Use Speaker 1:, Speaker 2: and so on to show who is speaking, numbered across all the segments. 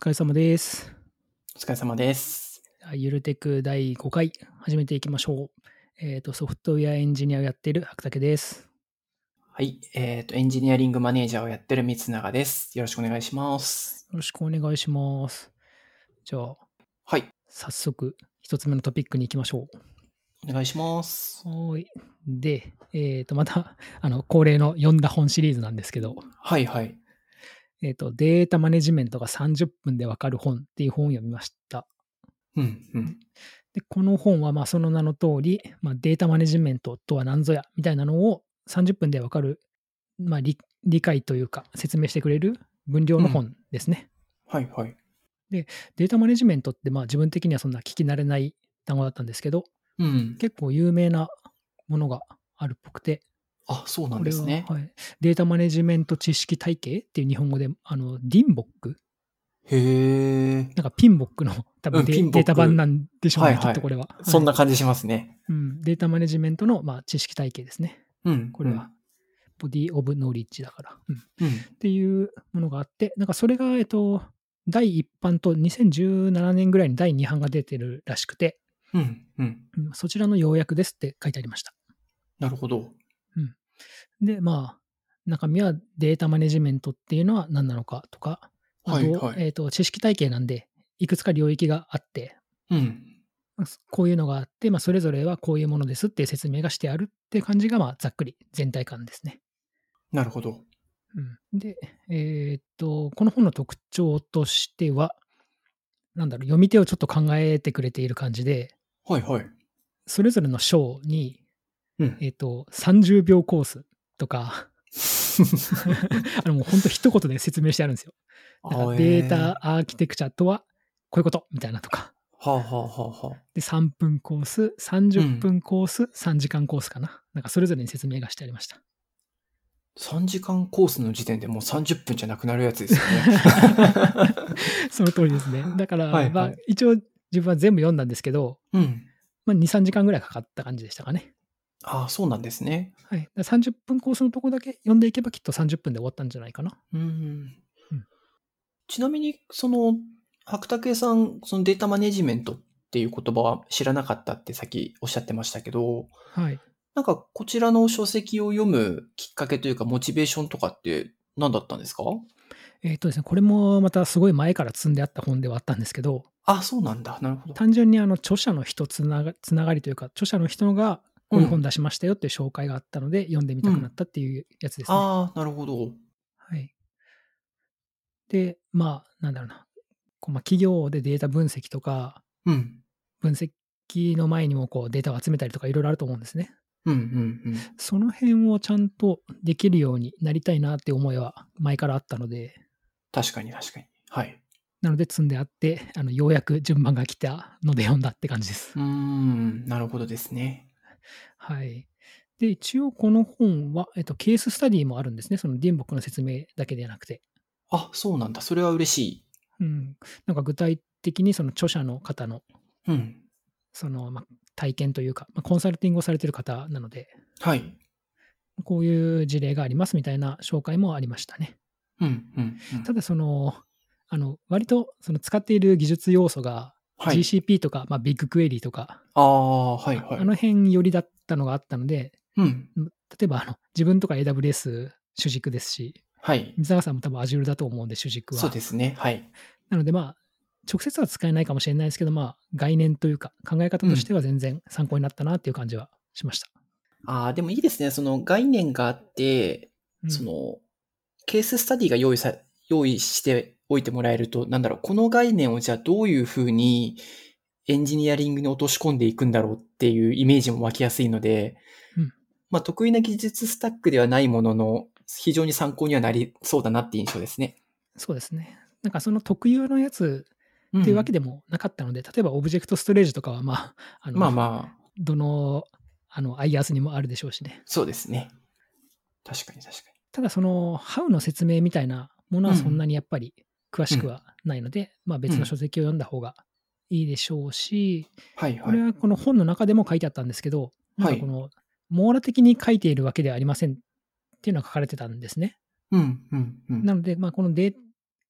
Speaker 1: お疲れ様です。
Speaker 2: お疲れ様です。
Speaker 1: ゆるテク第5回始めていきましょう。えっ、と、ソフトウェアエンジニアをやっている白竹です。
Speaker 2: はい。えっ、と、エンジニアリングマネージャーをやってる三永です。よろしくお願いします。
Speaker 1: よろしくお願いします。じゃあ、
Speaker 2: はい。
Speaker 1: 早速、一つ目のトピックに行きましょ
Speaker 2: お願いします
Speaker 1: う。。はーい。で、えっ、と、また、 あの、恒例の読んだ本シリーズなんですけど、
Speaker 2: はいはい。
Speaker 1: えっ、と、データマネジメントが30分でわかる本っていう本を読みました。
Speaker 2: うんうん。
Speaker 1: で、この本はまあその名の通り、まあ、データマネジメントとは何ぞやみたいなのを30分でわかる、まあ、理理解というか説明してくれる分量の本ですね。
Speaker 2: はいはい。
Speaker 1: データマネジメントってまあ自分的にはそんな聞き慣れない単語だったんですけど、
Speaker 2: うん。
Speaker 1: 結構有名なものがあるっぽくて、
Speaker 2: あ、そうなん
Speaker 1: こ
Speaker 2: で
Speaker 1: れ
Speaker 2: す
Speaker 1: は、
Speaker 2: ね。
Speaker 1: はい、データマネジメント知識体系っていう日本語で、あの、ディンボック
Speaker 2: へえ。
Speaker 1: なんかピンボックの多
Speaker 2: う
Speaker 1: 分
Speaker 2: ん
Speaker 1: デ,、
Speaker 2: ピンボック
Speaker 1: データ版なんでしょうね、
Speaker 2: はいはい
Speaker 1: きっとこれは、はい
Speaker 2: そんな感じしますね。
Speaker 1: うん。データマネジメントのまあ知識体系ですね。
Speaker 2: うん。
Speaker 1: これは。ボディオブノリッジだから、うんっ
Speaker 2: うん。
Speaker 1: ていうものがあって、なんかそれが、えっと、第1版と2017年ぐらいに第2版が出てるらしくて、
Speaker 2: うん。うん。うん。
Speaker 1: うんそちらの要約ですって書いてありました。
Speaker 2: なるほど。
Speaker 1: で、まあ、中身はデータマネジメントっていうのは何なのかとか、あ
Speaker 2: は
Speaker 1: と、
Speaker 2: いはい。
Speaker 1: えっと、知識体系なんで、いくつか領域があって、
Speaker 2: うん。
Speaker 1: まあこういうのがあって、まあ、それぞれはこういうものですっていう説明がしてあるっていう感じが、まあ、ざっくり全体感ですね。
Speaker 2: なるほど。
Speaker 1: うんで、えーっと、この本の特徴としては、なんだろう、読み手をちょっと考えてくれている感じで、
Speaker 2: はいはい。
Speaker 1: それぞれの章に、
Speaker 2: うん。
Speaker 1: えーっと、30秒コースとか、 あのもう本当一言で説明してあるんですよ。だ からデー
Speaker 2: は
Speaker 1: タアーキテクチャとはこういうことみたいなとか。
Speaker 2: あはあはあはあ。
Speaker 1: で、3分コース、30分コース、3時間コースかな。なんかそれぞれに説明がしてありました。
Speaker 2: 3時間コースの時点でもう30分じゃなくなるやつですよね。
Speaker 1: その通りですね。だから、
Speaker 2: はいはい
Speaker 1: まあ、一応自分は全部読んだんですけど、
Speaker 2: うん。
Speaker 1: まあ、2、3時間ぐらいかかった感じでしたかね。
Speaker 2: ああ、そうなんですね。
Speaker 1: はい、だから30分コースのとこだけ読んでいけばきっと30分で終わったんじゃないかな。
Speaker 2: うん
Speaker 1: うん
Speaker 2: ちなみに、その、白竹さん、そのデータマネジメントっていう言葉は知らなかったってさっきおっしゃってましたけど、
Speaker 1: はい。
Speaker 2: なんかこちらの書籍を読むきっかけというか、モチベーションとかって何だったんですか
Speaker 1: えっ、とですね、これもまたすごい前から積んであった本ではあったんですけど、
Speaker 2: あ、そうなんだ。なるほど。
Speaker 1: 単純にあの著者の人つながつながりというか、著者の人がこういう本出しましたよっていう紹介があったので、読んでみたくなったっていうやつですね。
Speaker 2: ああ、なるほど。
Speaker 1: はい。で、まあ、なんだろうな。こうまあ、企業でデータ分析とか、
Speaker 2: うん。
Speaker 1: 分析の前にもこうデータを集めたりとかいろいろあると思うんですね。
Speaker 2: うんうんうん。
Speaker 1: その辺をちゃんとできるようになりたいなって思いは前からあったので、
Speaker 2: 確かに確かに。はい。
Speaker 1: なので積んであって、あのようやく順番が来たので読んだって感じです
Speaker 2: うー。ん、なるほどですね。
Speaker 1: はい。で、一応この本は、えっと、ケーススタディもあるんですね。そのディンボックの説明だけではなくて。
Speaker 2: あ、そうなんだ。それは嬉しい。
Speaker 1: うん。なんか具体的にその著者の方の、
Speaker 2: うん。
Speaker 1: その、まあ、体験というか、まあ、コンサルティングをされてる方なので、
Speaker 2: はい。
Speaker 1: こういう事例がありますみたいな紹介もありましたね。
Speaker 2: うんうん、うん。
Speaker 1: ただその、あの割とその使っている技術要素が
Speaker 2: はい。
Speaker 1: GCP とか、まあ、ビッグクエリとか、
Speaker 2: ああ、はいはい。
Speaker 1: あの辺寄りだったのがあったので、
Speaker 2: うん。
Speaker 1: 例えばあの自分とか AWS 主軸ですし、
Speaker 2: はい。
Speaker 1: 水永さんも多分 Azure だと思うんで、主軸は。
Speaker 2: そうですね。はい。
Speaker 1: なので、まあ、直接は使えないかもしれないですけど、まあ、概念というか、考え方としては全然参考になったなっていう感じはしました。
Speaker 2: ああ、でもいいですね。その概念があって、
Speaker 1: うん
Speaker 2: その、ケーススタディが用意さ、用意しておいてもらえると、なんだろう、この概念をじゃあどういうふうにエンジニアリングに落とし込んでいくんだろうっていうイメージも湧きやすいので、
Speaker 1: うん
Speaker 2: まあ得意な技術スタックではないものの、非常に参考にはなりそうだなって印象ですね。
Speaker 1: そうですね。なんかその特有のやつっていうわけ
Speaker 2: で、
Speaker 1: でもなかったので、例えばオブジェクトストレージとかは、まあ、あの
Speaker 2: まあまあ、
Speaker 1: どの、あの、アイアースにもあるでしょうしね。
Speaker 2: そうですね。確かに確か
Speaker 1: ただ、その、How の説明みたいなものは
Speaker 2: うん
Speaker 1: そんなにやっぱり詳しくはないので、まあ別の書籍を読んだ方がいいでしょうし、
Speaker 2: に。
Speaker 1: こ
Speaker 2: はい
Speaker 1: れ
Speaker 2: はい。
Speaker 1: はこの本の中でも書いてあったんですけど、なん
Speaker 2: は
Speaker 1: か
Speaker 2: い
Speaker 1: この、網羅的に書いているわけではありませんっていうのが書かれてたんですね。
Speaker 2: うん、うん、うん。
Speaker 1: なので、まあこのデ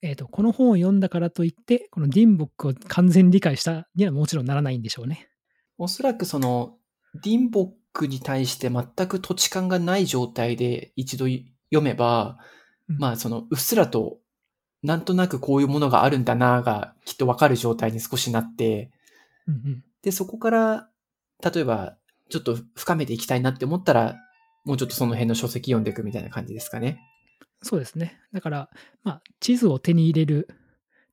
Speaker 1: えーと、この本を読んだからといって、このディンボックを完全理解したにはもちろんならないんでしょうね。
Speaker 2: おそらくその、ディンボックに対して全く土地感がない状態で一度読めば、
Speaker 1: うん
Speaker 2: まあその、うっすらと、なんとなくこういうものがあるんだなぁが、きっとわかる状態に少しなって、
Speaker 1: うんうん。
Speaker 2: で、そこから、例えば、ちょっと深めていきたいなって思ったら、もうちょっとその辺の書籍読んでいくみたいな感じですかね。
Speaker 1: そうですね。だから、まあ、地図を手に入れる、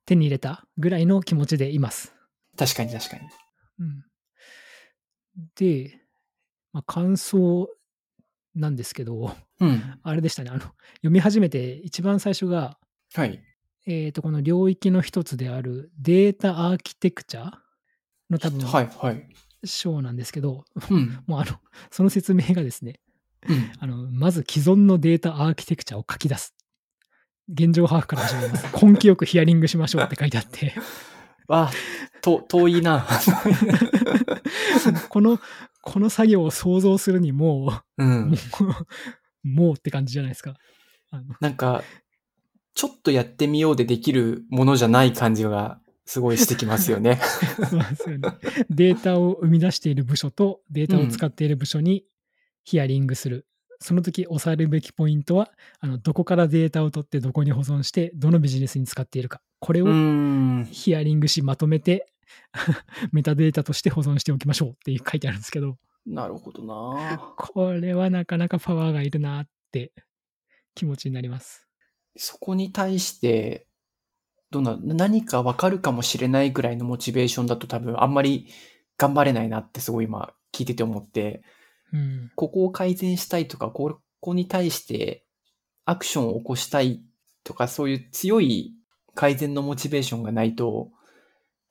Speaker 1: 手に入れたぐらいの気持ちでいます。
Speaker 2: 確かに確かに。
Speaker 1: うん、で、まあ、感想なんですけど、
Speaker 2: うん。
Speaker 1: あれでしたね。あの、読み始めて一番最初が、
Speaker 2: はい。
Speaker 1: えっ、と、この領域の一つであるデータアーキテクチャの多分、
Speaker 2: はい、 はい。
Speaker 1: 章なんですけど、
Speaker 2: うん。
Speaker 1: もうあの、その説明がですね、
Speaker 2: うん。
Speaker 1: あの、まず既存のデータアーキテクチャを書き出す。現状把握から始め ます。根気よくヒアリングしましょうって書いてあって、
Speaker 2: わあ、と、遠いな。
Speaker 1: この、この作業を想像するにも
Speaker 2: う
Speaker 1: う、
Speaker 2: ん
Speaker 1: も。 う、もうって感じじゃないですか。あの
Speaker 2: なんか、ちょっとやってみようでできるものじゃない感じが、すごいしてきますよね。
Speaker 1: そうなんですよね。データを生み出している部署とデータを使っている部署にヒアリングする。その時押さえるべきポイントはあの、どこからデータを取ってどこに保存して、どのビジネスに使っているか。これ
Speaker 2: うー
Speaker 1: を
Speaker 2: ん。
Speaker 1: ヒアリングしまとめて、 メタデータとして保存しておきましょうっていう書いてあるんですけど、
Speaker 2: なるほどな。
Speaker 1: これはなかなかパワーがいるなって気持ちになります。
Speaker 2: そこに対して、どんな、何かわかるかもしれないぐらいのモチベーションだと多分あんまり頑張れないなってすごい今聞いてて思って、
Speaker 1: うん。
Speaker 2: ここを改善したいとか、ここに対してアクションを起こしたいとか、そういう強い改善のモチベーションがないと、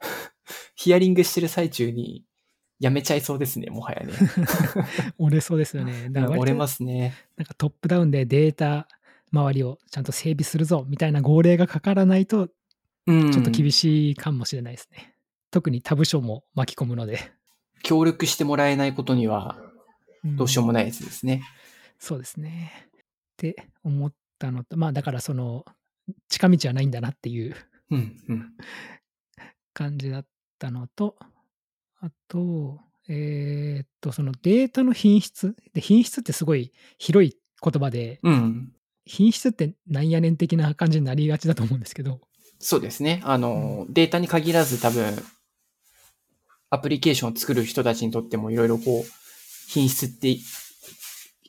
Speaker 2: ヒアリングしてる最中にやめちゃいそうですね、もはやね。
Speaker 1: 折れそうですよね。 だから割と
Speaker 2: 折れますね。
Speaker 1: なんかトップダウンでデータ周りをちゃんと整備するぞみたいな号令がかからないと
Speaker 2: うん。
Speaker 1: ちょっと厳し
Speaker 2: しい。
Speaker 1: いかもしれないですね。特に他部署も巻き込むので。
Speaker 2: 協力してもらえないことにはどうしよう
Speaker 1: も。
Speaker 2: もないやつですね。
Speaker 1: そうですね。って思ったのと、まあだからその近道はないんだなっていう
Speaker 2: うん、うん。
Speaker 1: 感じだったのと、あと、えーっと、そのデータの品質。で、品質ってすごい広い言葉で、
Speaker 2: うん。
Speaker 1: 品質ってなんやねん的な感じになりがちだと思うんですけど、
Speaker 2: そうですね。あの、データに限らず多分、アプリケーションを作る人たちにとってもいろいろこう、品質って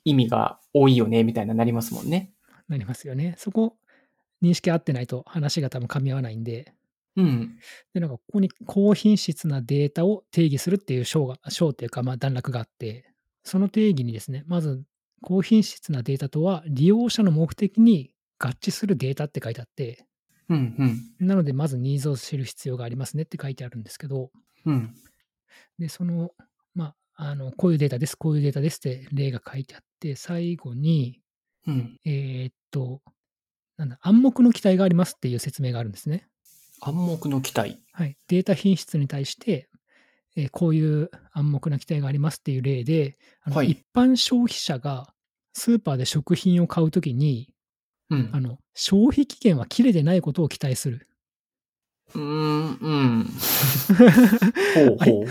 Speaker 2: 意味が多いよね、みたいななりますもんね。
Speaker 1: なりますよね。そこ、認識合ってないと話が多分噛み合わないんで、
Speaker 2: うん。
Speaker 1: で、なんかここに高品質なデータを定義するっていう章が、章っていうか、まあ段落があって、その定義にですね、まず高品質なデータとは利用者の目的に合致するデータって書いてあって、
Speaker 2: うん、うん。
Speaker 1: なのでまずニーズを知る必要がありますねって書いてあるんですけど、
Speaker 2: うん。
Speaker 1: で、その、まあ、あの、こういうデータです、こういうデータですって例が書いてあって、最後に、
Speaker 2: うん。
Speaker 1: えーっと、なんだ、暗黙の期待がありますっていう説明があるんですね。
Speaker 2: 暗黙の期待。
Speaker 1: はい、データ品質に対して、えーこういう暗黙な期待がありますっていう例で、あの
Speaker 2: はい
Speaker 1: 一般消費者がスーパーで食品を買うときに
Speaker 2: うん。
Speaker 1: あの、消費期限は切れてないことを期待する。
Speaker 2: うーん、 うん。ほうほう。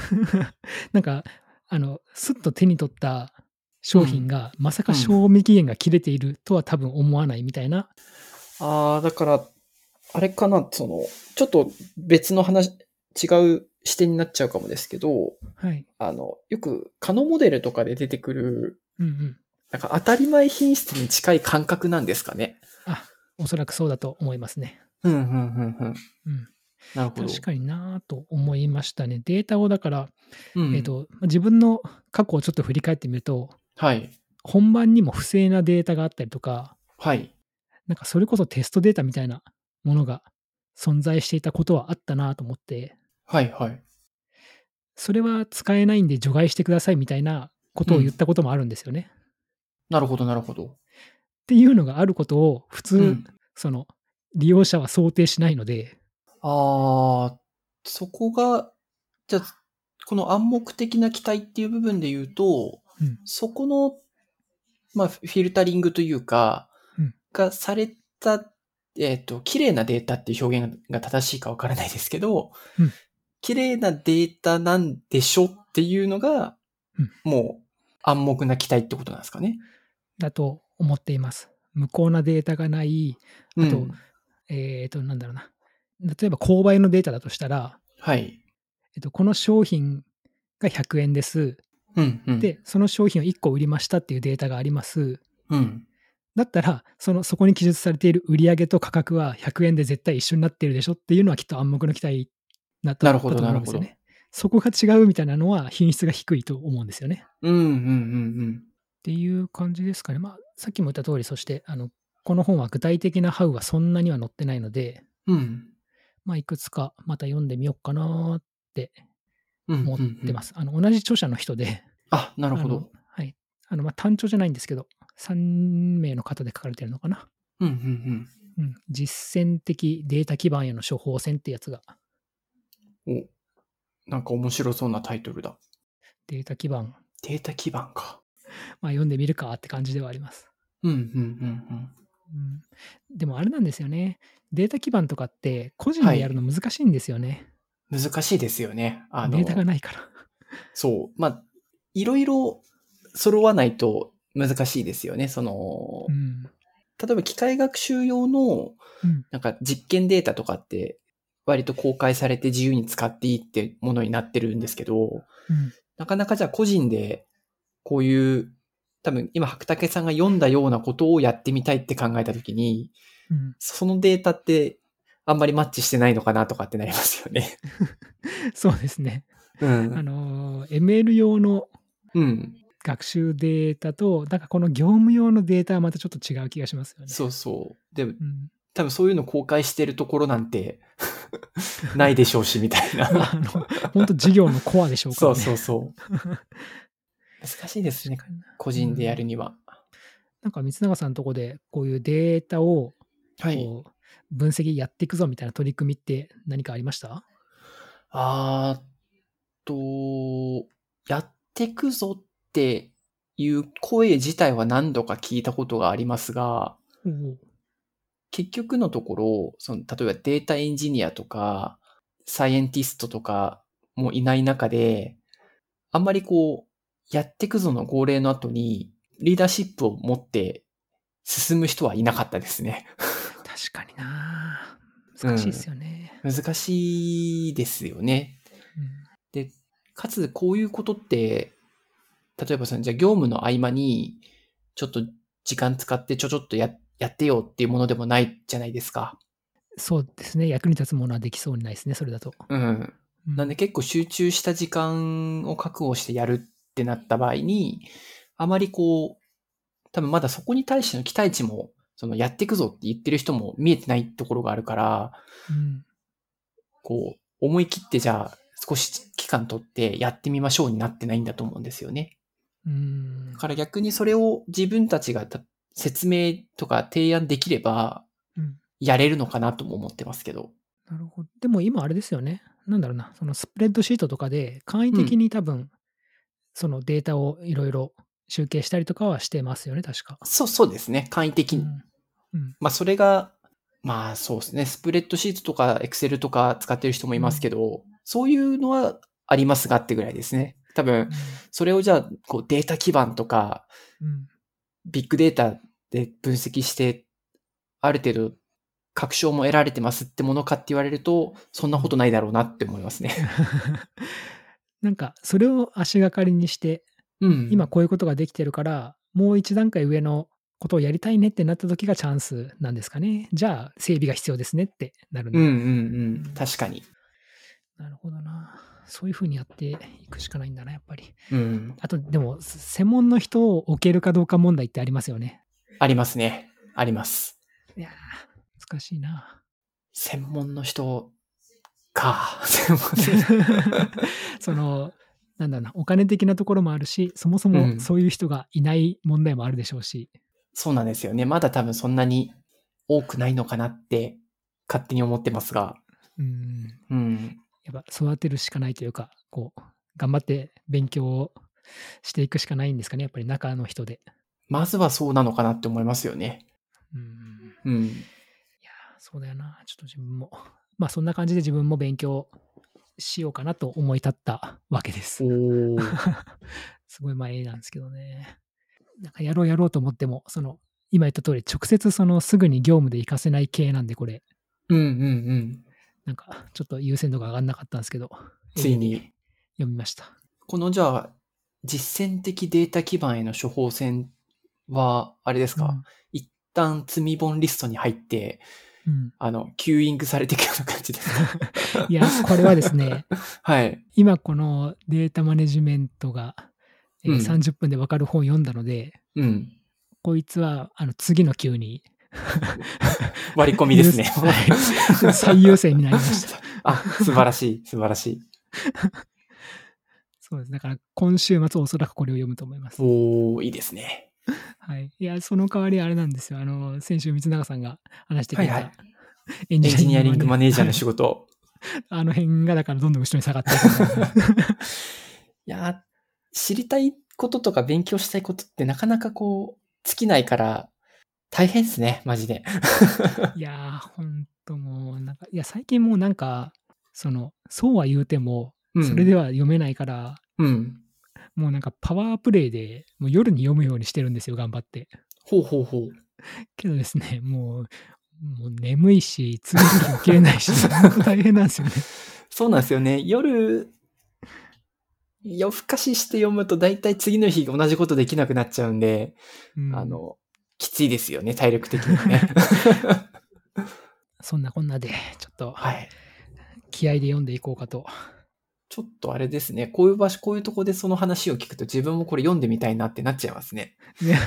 Speaker 1: なんか、あのすっと手に取った商品が、まさか賞味期限が切れているとは多分思わないみたいな、
Speaker 2: ああ、だから、あれかな、その、ちょっと別の話、違う視点になっちゃうかもですけど、
Speaker 1: はい
Speaker 2: あの、よく、カノモデルとかで出てくる、
Speaker 1: うんうん、
Speaker 2: なんか当たり前品質に近い感覚なんですかね。
Speaker 1: おそらくそうだと思いますね。
Speaker 2: うん、うん、うん、うん。
Speaker 1: うん、
Speaker 2: なるほど。
Speaker 1: 確かになぁと思いましたね。データをだから、
Speaker 2: うん、
Speaker 1: えー、と自分の過去をちょっと振り返ってみると、
Speaker 2: はい。
Speaker 1: 本番にも不正なデータがあったりとか、
Speaker 2: はい。
Speaker 1: なんかそれこそテストデータみたいなものが存在していたことはあったなと思って、
Speaker 2: はい、はい。
Speaker 1: それは使えないんで除外してくださいみたいなことを言ったこともあるんですよね。っ
Speaker 2: なるほど、なるほど。
Speaker 1: ていうのがあることを普通、
Speaker 2: うん
Speaker 1: その利用者は想定しないので、
Speaker 2: ああ、そこが、じゃあ、この暗黙的な期待っていう部分で言うと、
Speaker 1: うん
Speaker 2: そこの、まあ、フィルタリングというか、
Speaker 1: うん
Speaker 2: がされた、えっ、と、綺麗なデータっていう表現が正しいかわからないですけど、
Speaker 1: うん
Speaker 2: 綺麗なデータなんでしょっていうのが、
Speaker 1: うん
Speaker 2: もう暗黙な期待ってことなんですかね。
Speaker 1: だと思っています。無効なデータがない、
Speaker 2: う
Speaker 1: あと
Speaker 2: ん、
Speaker 1: えっ、と、なんだろうな。例えば、購買のデータだとしたら、
Speaker 2: はい。
Speaker 1: えっと、この商品が100円です。
Speaker 2: うん、うん。、
Speaker 1: で、その商品を1個売りましたっていうデータがあります。
Speaker 2: うん。
Speaker 1: だったら、そのそこに記述されている売り上げと価格は100円で絶対一緒になってるでしょっていうのはきっと暗黙の期待なった
Speaker 2: なるほど
Speaker 1: だと思うんですよ
Speaker 2: な
Speaker 1: ね。そこが違うみたいなのは品質が低いと思うんですよね。
Speaker 2: うん、うん、うん、
Speaker 1: っていう感じですかね。まあ、さっきも言った通り、そして、あの、この本は具体的なハウはそんなには載ってないので、
Speaker 2: うん。うん。
Speaker 1: まあ、いくつかまた読んでみようかなって
Speaker 2: うん。
Speaker 1: 思ってますす。あの、同じ著者の人で、
Speaker 2: あ、なるほ
Speaker 1: あの
Speaker 2: ど。
Speaker 1: はい。あの、まあ、単調じゃないんですけど、3名の方で書かれてるのかな。
Speaker 2: うん、うん、うん。
Speaker 1: うん。実践的データ基盤への処方箋ってやつが、
Speaker 2: お、なんか面白そうなタイトルだ。
Speaker 1: データ基盤、
Speaker 2: データ基盤か。
Speaker 1: まあ、読んでみるかって感じではあります。
Speaker 2: うん、うん、うん、うん。
Speaker 1: うん。でも、あれなんですよね。データ基盤とかって、個人でやるの難しいんですよね。
Speaker 2: 難しいですよね。あの、
Speaker 1: データがないから。
Speaker 2: そう。まあ、いろいろ揃わないと難しいですよね。その
Speaker 1: う、ん。
Speaker 2: 例えば機械学習用の
Speaker 1: うん
Speaker 2: なんか実験データとかって割と公開されて自由に使っていいってものになってるんですけど、
Speaker 1: うん
Speaker 2: なかなかじゃあ個人でこういう、多分今白竹さんが読んだようなことをやってみたいって考えたときに、
Speaker 1: うん、
Speaker 2: そのデータってあんまりマッチしてないのかなとかってなりますよね。
Speaker 1: そうですね。
Speaker 2: う
Speaker 1: あ
Speaker 2: ん。
Speaker 1: のー、ML 用の
Speaker 2: うん。
Speaker 1: 学習データと、なんかこの業務用のデータはまたちょっと違う気がしますよね。
Speaker 2: そうそう。で、
Speaker 1: うん
Speaker 2: 多分そういうの公開してるところなんて ないでしょうし、みたい
Speaker 1: まあ、
Speaker 2: な。
Speaker 1: あの、本当事業のコアでしょうか
Speaker 2: そ
Speaker 1: ら
Speaker 2: う
Speaker 1: ね。
Speaker 2: そう そう。難しいですね、個人でやるには。
Speaker 1: なんか、三永さんのとこで、こういうデータを、
Speaker 2: はい。
Speaker 1: こう、分析やっていくぞみたいな取り組みって何かありました
Speaker 2: あーっと、やってくぞっていう声自体は何度か聞いたことがありますが、
Speaker 1: おう
Speaker 2: 結局のところ、その、例えばデータエンジニアとか、サイエンティストとかもいない中で、あんまりこう、やってくぞの号令の後に、リーダーシップを持って進む人はいなかったですね。
Speaker 1: 確かにな難しいですよね。
Speaker 2: 難しいですよね。かつ、こういうことって、例えばその、じゃあ業務の合間に、ちょっと時間使ってちょちょっとややってよっていうものでもないじゃないですか。
Speaker 1: うんそうですね。役に立つものはできそうにないですね、それだと。
Speaker 2: うん。
Speaker 1: う
Speaker 2: なんで結構集中した時間を確保してやるってなった場合に、あまりこう、多分まだそこに対しての期待値も、そのやっていくぞって言ってる人も見えてないところがあるから、
Speaker 1: うん
Speaker 2: こう、思い切ってじゃあ少し期間取ってやってみましょうになってないんだと思うんですよね。
Speaker 1: うん
Speaker 2: だから逆にそれを自分たちがた説明とか提案できれば
Speaker 1: うん
Speaker 2: やれるのかなとも思ってますけど。
Speaker 1: なるほど。でも今あれですよね。なんだろうな。そのスプレッドシートとかで簡易的に多分、そのデータをいろいろ集計したりとかはしてますよね、確か。
Speaker 2: そう、そうですね。簡易
Speaker 1: う
Speaker 2: 的に。
Speaker 1: ん。うん
Speaker 2: まあ、それが、まあ、そうですね。スプレッドシートとか、エクセルとか使ってる人もいますけど、そういうのはありますがってぐらいですね。多分、それをじゃあ、こう、データ基盤とか、
Speaker 1: うん。
Speaker 2: ビッグデータで分析して、ある程度、確証も得られてますってものかって言われると、そんなことないだろうなって思いますね。
Speaker 1: なんか、それを足がかりにして、
Speaker 2: うん。
Speaker 1: 今、こういうことができてるから、もう一段階上のことをやりたいねってなった時がチャンスなんですかね。じゃあ、整備が必要ですねってなるんだ
Speaker 2: うんうんうん。確かに。
Speaker 1: なるほどな。そういうふうにやっていくしかないんだな、やっぱり。
Speaker 2: うん。
Speaker 1: あと、でも、専門の人を置けるかどうか問題ってありますよね。
Speaker 2: ありますね。あります。
Speaker 1: いやー難しいな。
Speaker 2: 専門の人か。専門の人。
Speaker 1: その、なんだろうな、お金的なところもあるし、そもそうも
Speaker 2: ん
Speaker 1: そういう人がいない問題もあるでしょうし、
Speaker 2: そうなんですよね。まだ多分そんなに多くないのかなって勝手に思ってますが。
Speaker 1: うん、
Speaker 2: うん。
Speaker 1: やっぱ育てるしかないというか、こう、頑張って勉強をしていくしかないんですかね、やっぱり中の人で。
Speaker 2: まずはそうなのかなって思いますよね。
Speaker 1: うん、
Speaker 2: うん。
Speaker 1: いやーそうだよな。ちょっと自分も。まあそんな感じで自分も勉強しようかなと思い立ったわけです。
Speaker 2: お
Speaker 1: すごい前なんですけどね。なんかやろうやろうと思っても、その、今言った通り、直接そのすぐに業務で活かせない系なんで、これ、
Speaker 2: うんうんうん。
Speaker 1: なんかちょっと優先度が上がんなかったんですけど、
Speaker 2: ついに、
Speaker 1: 読みました。
Speaker 2: このじゃあ、実践的データ基盤への処方箋は、あれですか、
Speaker 1: うん
Speaker 2: 一旦積み本リストに入って、
Speaker 1: うん、
Speaker 2: あの、キューイングされていくような感じです か
Speaker 1: いや、これはですね、
Speaker 2: はい。
Speaker 1: 今このデータマネジメントが、えー
Speaker 2: うん
Speaker 1: 30分で分かる本を読んだので、
Speaker 2: うん。
Speaker 1: こいつはあの次の級に
Speaker 2: 割り込みで すね。
Speaker 1: 優先最優先になりました。
Speaker 2: あ、素晴らしい、素晴らしい。
Speaker 1: そうです。だから今週末おそらくこれを読むと思います。
Speaker 2: おー、いいですね。
Speaker 1: はい。いや、その代わりあれなんですよ。あの、先週、三永さんが話してくれた、
Speaker 2: はいはい
Speaker 1: エン
Speaker 2: エンジニアリングマネージャーの
Speaker 1: はい
Speaker 2: 仕事。
Speaker 1: あの辺がだからどんどん後ろに下がってい く
Speaker 2: いやー、知りたいこととか勉強したいことってなかなかこう、尽きないから、大変ですね、マジで。
Speaker 1: いやー、ほんともう、なんか、いや、最近もうなんか、その、そうは言うても、
Speaker 2: うん
Speaker 1: それでは読めないから、
Speaker 2: うん。
Speaker 1: もうなんかパワープレイで、もう夜に読むようにしてるんですよ、頑張って。
Speaker 2: ほうほうほう。
Speaker 1: けどですね、 もう、もう眠いし、次の日起きれ ないし、ほんと大変なんですよね。
Speaker 2: そうなんですよね。夜、夜更かしして読むと大体次の日同じことできなくなっちゃうんで、
Speaker 1: うん
Speaker 2: あの、きついですよね、体力的には ね。
Speaker 1: そんなこんなで、ちょっと、
Speaker 2: はい。
Speaker 1: 気合で読んでいこうか と。
Speaker 2: ちょっとあれですね、こういう場所、こういうとこでその話を聞くと自分もこれ読んでみたいなってなっちゃいますね。
Speaker 1: いや、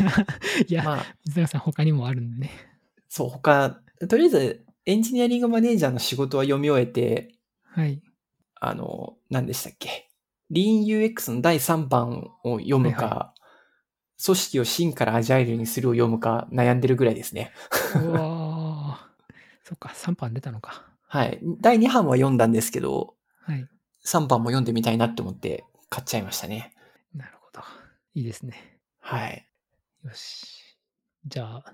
Speaker 1: いや
Speaker 2: まあ、
Speaker 1: 水永さん、他にもあるんでね。
Speaker 2: そう、他、とりあえずエンジニアリングマネージャーの仕事は読み終えて、
Speaker 1: はい。
Speaker 2: あの、何でしたっけ。LeanUX の第3版を読むか、
Speaker 1: はい
Speaker 2: 組織を真からアジャイルにするを読むか悩んでるぐらいですね。
Speaker 1: うわーそっか、3版出たのか。
Speaker 2: はい。第2版は読んだんですけど、
Speaker 1: はい。
Speaker 2: 3版も読んでみたいなって思って買っちゃいましたね。
Speaker 1: なるほど。いいですね。
Speaker 2: はい。
Speaker 1: よし。じゃあ、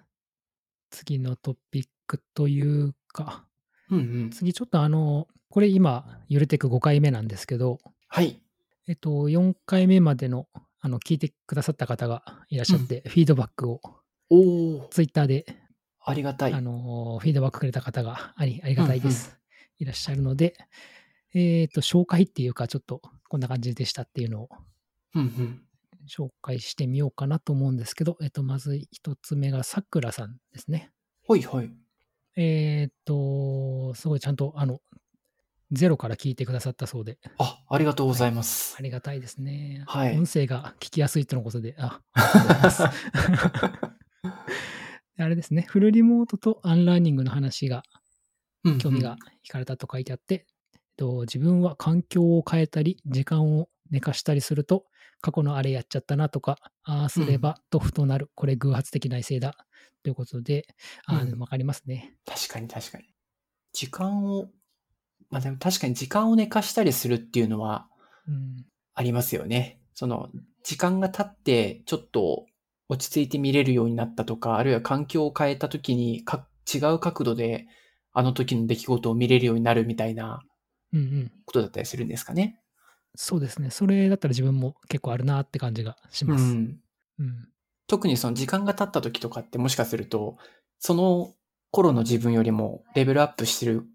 Speaker 1: 次のトピックというか、
Speaker 2: うんうん。
Speaker 1: 次ちょっとあの、これ今、ゆるテク5回目なんですけど、
Speaker 2: はい。
Speaker 1: えっと、4回目までの、あの、聞いてくださった方がいらっしゃって、フィードバックを、
Speaker 2: おー、
Speaker 1: ツイッターで
Speaker 2: ありがたい。
Speaker 1: あのフィードバックくれた方がありありがたいです、いらっしゃるので、えっ、と、紹介っていうか、ちょっとこんな感じでしたっていうのを
Speaker 2: うんうん。
Speaker 1: 紹介してみようかなと思うんですけど、えっ、と、まず一つ目がさくらさんですね。
Speaker 2: はいはい。
Speaker 1: えっ、と、すごいちゃんと、あの、ゼロから聞いてくださったそうで、
Speaker 2: あ、ありがとうございます
Speaker 1: あ。りがたいですね。
Speaker 2: はい
Speaker 1: 音声が聞きやすいとのことで、 あ、 あれですね、フルリモートとアンラーニングの話が
Speaker 2: うんうん
Speaker 1: 興味が惹かれたと書いてあって、えっと自分は環境を変えたり時間を寝かしたりすると過去のあれやっちゃったなとかああすればとふとなる、これ偶発的内政だということであ
Speaker 2: うん
Speaker 1: ーでもわかりますね、
Speaker 2: 確かに確かに。時間を、まあでも確かに時間を寝かしたりするっていうのは
Speaker 1: うん
Speaker 2: ありますよね。その、時間が経ってちょっと落ち着いて見れるようになったとか、あるいは環境を変えた時にか違う角度であの時の出来事を見れるようになるみたいな
Speaker 1: うんうん
Speaker 2: ことだったりするんですかね。
Speaker 1: そうですねそれだったら自分も結構あるなって感じがします、うん
Speaker 2: ん。特にその時間が経った時とかってもしかすると、その頃の自分よりもレベルアップしてる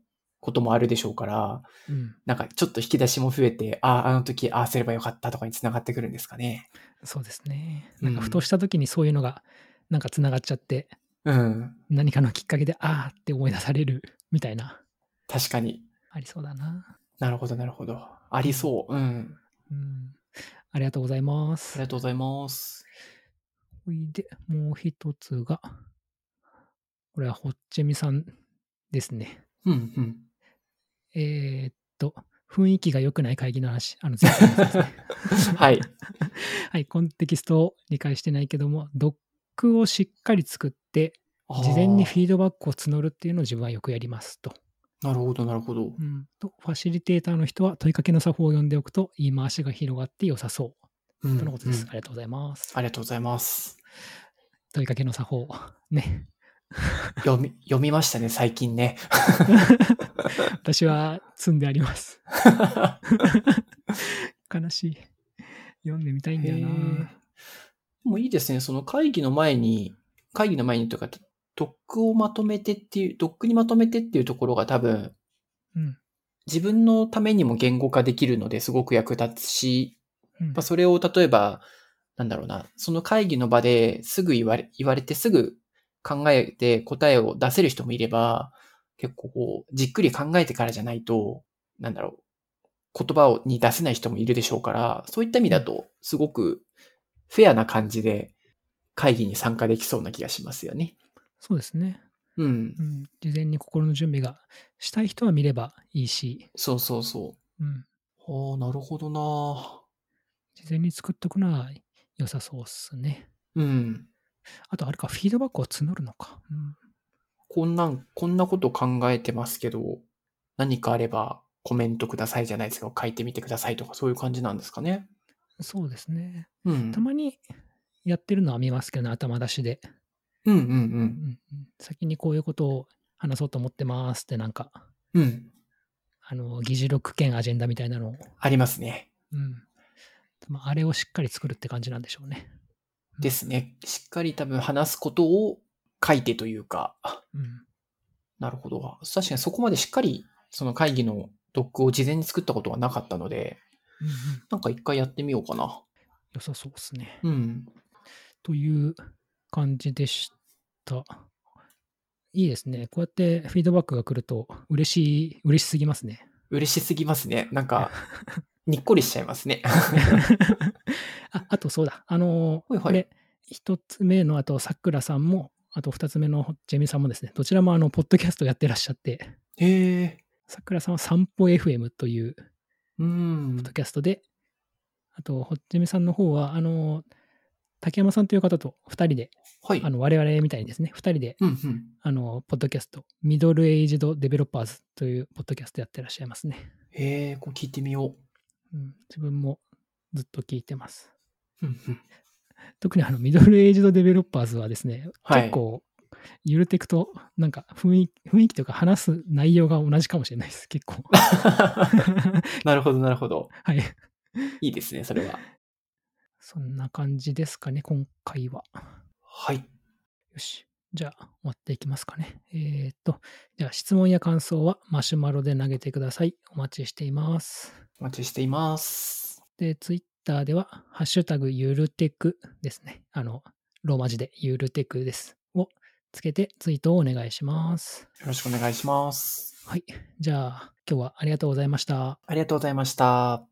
Speaker 2: こともあるでしょうから、
Speaker 1: うん
Speaker 2: なんかちょっと引き出しも増えて、ああ、あの時、ああすればよかったとかにつながってくるんですかね。
Speaker 1: そうですね
Speaker 2: う
Speaker 1: な
Speaker 2: ん
Speaker 1: んかふとした時にそういうのがなんかつながっちゃって
Speaker 2: うん。
Speaker 1: 何かのきっかけでああって思い出されるみたいな
Speaker 2: 確かに。
Speaker 1: ありそうだな
Speaker 2: なるほど、なるほど。ありそう。うん。
Speaker 1: うんありがとうございま
Speaker 2: あり
Speaker 1: す
Speaker 2: が。とうございます。
Speaker 1: ほいで、もう一つが、これはほっちみさんですね。
Speaker 2: うん、うん。
Speaker 1: えーっと、雰囲気が良くない会議の話。あの、前回のやつ ですね
Speaker 2: はい。
Speaker 1: はい、コンテキストを理解してないけども、ドックをしっかり作って、事前にフ
Speaker 2: ィ
Speaker 1: ィードバックを募るっていうのを自分はよくやりますと。
Speaker 2: なるほど、なるほど。
Speaker 1: うん、とファシリテーターの人は問いかけの作法を読んでおくと言い回しが広がって良さそ
Speaker 2: と
Speaker 1: う。とのことです。あ
Speaker 2: あ
Speaker 1: りがとうございます。
Speaker 2: りがとうございます。
Speaker 1: 問いかけの作法。ね。
Speaker 2: 読み、読みましたね、最近ね。
Speaker 1: 私は積んであります。悲しい。読んでみたいんだよ
Speaker 2: へー
Speaker 1: な。
Speaker 2: でもいいですね。その会議の前に、会議の前にというか、ドックをまとめてっていう、ドックにまとめてっていうところが多分、
Speaker 1: うん。
Speaker 2: 自分のためにも言語化できるのですごく役立つし、
Speaker 1: うん
Speaker 2: まあ、それを例えば、なんだろうな、その会議の場ですぐ言われ、言われてすぐ考えて答えを出せる人もいれば、結構こう、じっくり考えてからじゃないと、なんだろう、言葉をに出せない人もいるでしょうから、そういった意味だと、すごくフェアな感じで会議に参加できそうな気がしますよね。
Speaker 1: そうですね、
Speaker 2: うん
Speaker 1: う。ん。事前に心の準備がしたい人は見ればいいし、
Speaker 2: そうそうそ
Speaker 1: うん。
Speaker 2: う。ああ、なるほどな。
Speaker 1: 事前に作っとくのは良さそうっすね。
Speaker 2: うん。
Speaker 1: あと、あれか、フィードバックを募るのか。うん、
Speaker 2: こんなん、こんなこと考えてますけど、何かあればコメントくださいじゃないですか、書いてみてくださいとか、そういう感じなんですかね。
Speaker 1: そうですね。
Speaker 2: うん。
Speaker 1: たまにやってるのは見ますけどね、頭出しで。
Speaker 2: うんう
Speaker 1: うんんうん、先にこういうことを話そうと思ってますって、なんか、
Speaker 2: うん。うん。
Speaker 1: あの、議事録兼アジェンダみたいなのを。
Speaker 2: ありますね。
Speaker 1: うん。まあ、あれをしっかり作るって感じなんでしょうね。
Speaker 2: ですね。しっかり多分話すことを書いてというか、
Speaker 1: うん。
Speaker 2: なるほど。確かにそこまでしっかり、その会議のドックを事前に作ったことはなかったので、
Speaker 1: うんうん、
Speaker 2: なんか一回やってみようかな。
Speaker 1: 良さそうですね。
Speaker 2: うん。
Speaker 1: という感じでした。いいですね。こうやってフィードバックが来ると嬉しい、嬉しすぎますね。
Speaker 2: 嬉しすぎますね。なんか、にっこりしちゃ いますね。
Speaker 1: ああとそうだ。あのー
Speaker 2: はいはい
Speaker 1: これ、一つ目のあと、さくらさんも、あと二つ目のジェミさんもですね、どちらもあの、ポッドキャストやってらっしゃって、
Speaker 2: へえ。
Speaker 1: さくらさんは散歩 FM という
Speaker 2: うん
Speaker 1: ポッ。ドキャストで、あと、ほっちみさんの方は、あの、竹山さんという方と2人で、
Speaker 2: はい。
Speaker 1: あの我々みたいにですね、2人で、
Speaker 2: うんうん。
Speaker 1: あの、ポッドキャスト、ミドルエイジドデベロッパーズというポッドキャストやってらっしゃいますね。
Speaker 2: へえ、これ聞いてみよ
Speaker 1: うん、自分もずっと聞いてます。
Speaker 2: う。うんうん
Speaker 1: 特にあの、ミドルエイジドデベロッパーズはですね、
Speaker 2: はい
Speaker 1: 結構、ゆるテクと、なんか雰囲気、雰囲気というか話す内容が同じかもしれないです、 結構。
Speaker 2: なるほど、なるほど。
Speaker 1: はい。
Speaker 2: いいですね、それは。
Speaker 1: そんな感じですかね、今回は。
Speaker 2: はい。
Speaker 1: よし。じゃあ、終わっていきますかね。えーっと、では質問や感想はマシュマロで投げてください。お待ちしています。
Speaker 2: お待ちしています。
Speaker 1: で、ツイッターでは、ハッシュタグゆるテクですね。あの、ローマ字でゆるテクです。をつけてツイートをお願いします。
Speaker 2: よろしくお願いします。
Speaker 1: はい。じゃあ、今日はありがとうございました。
Speaker 2: ありがとうございました。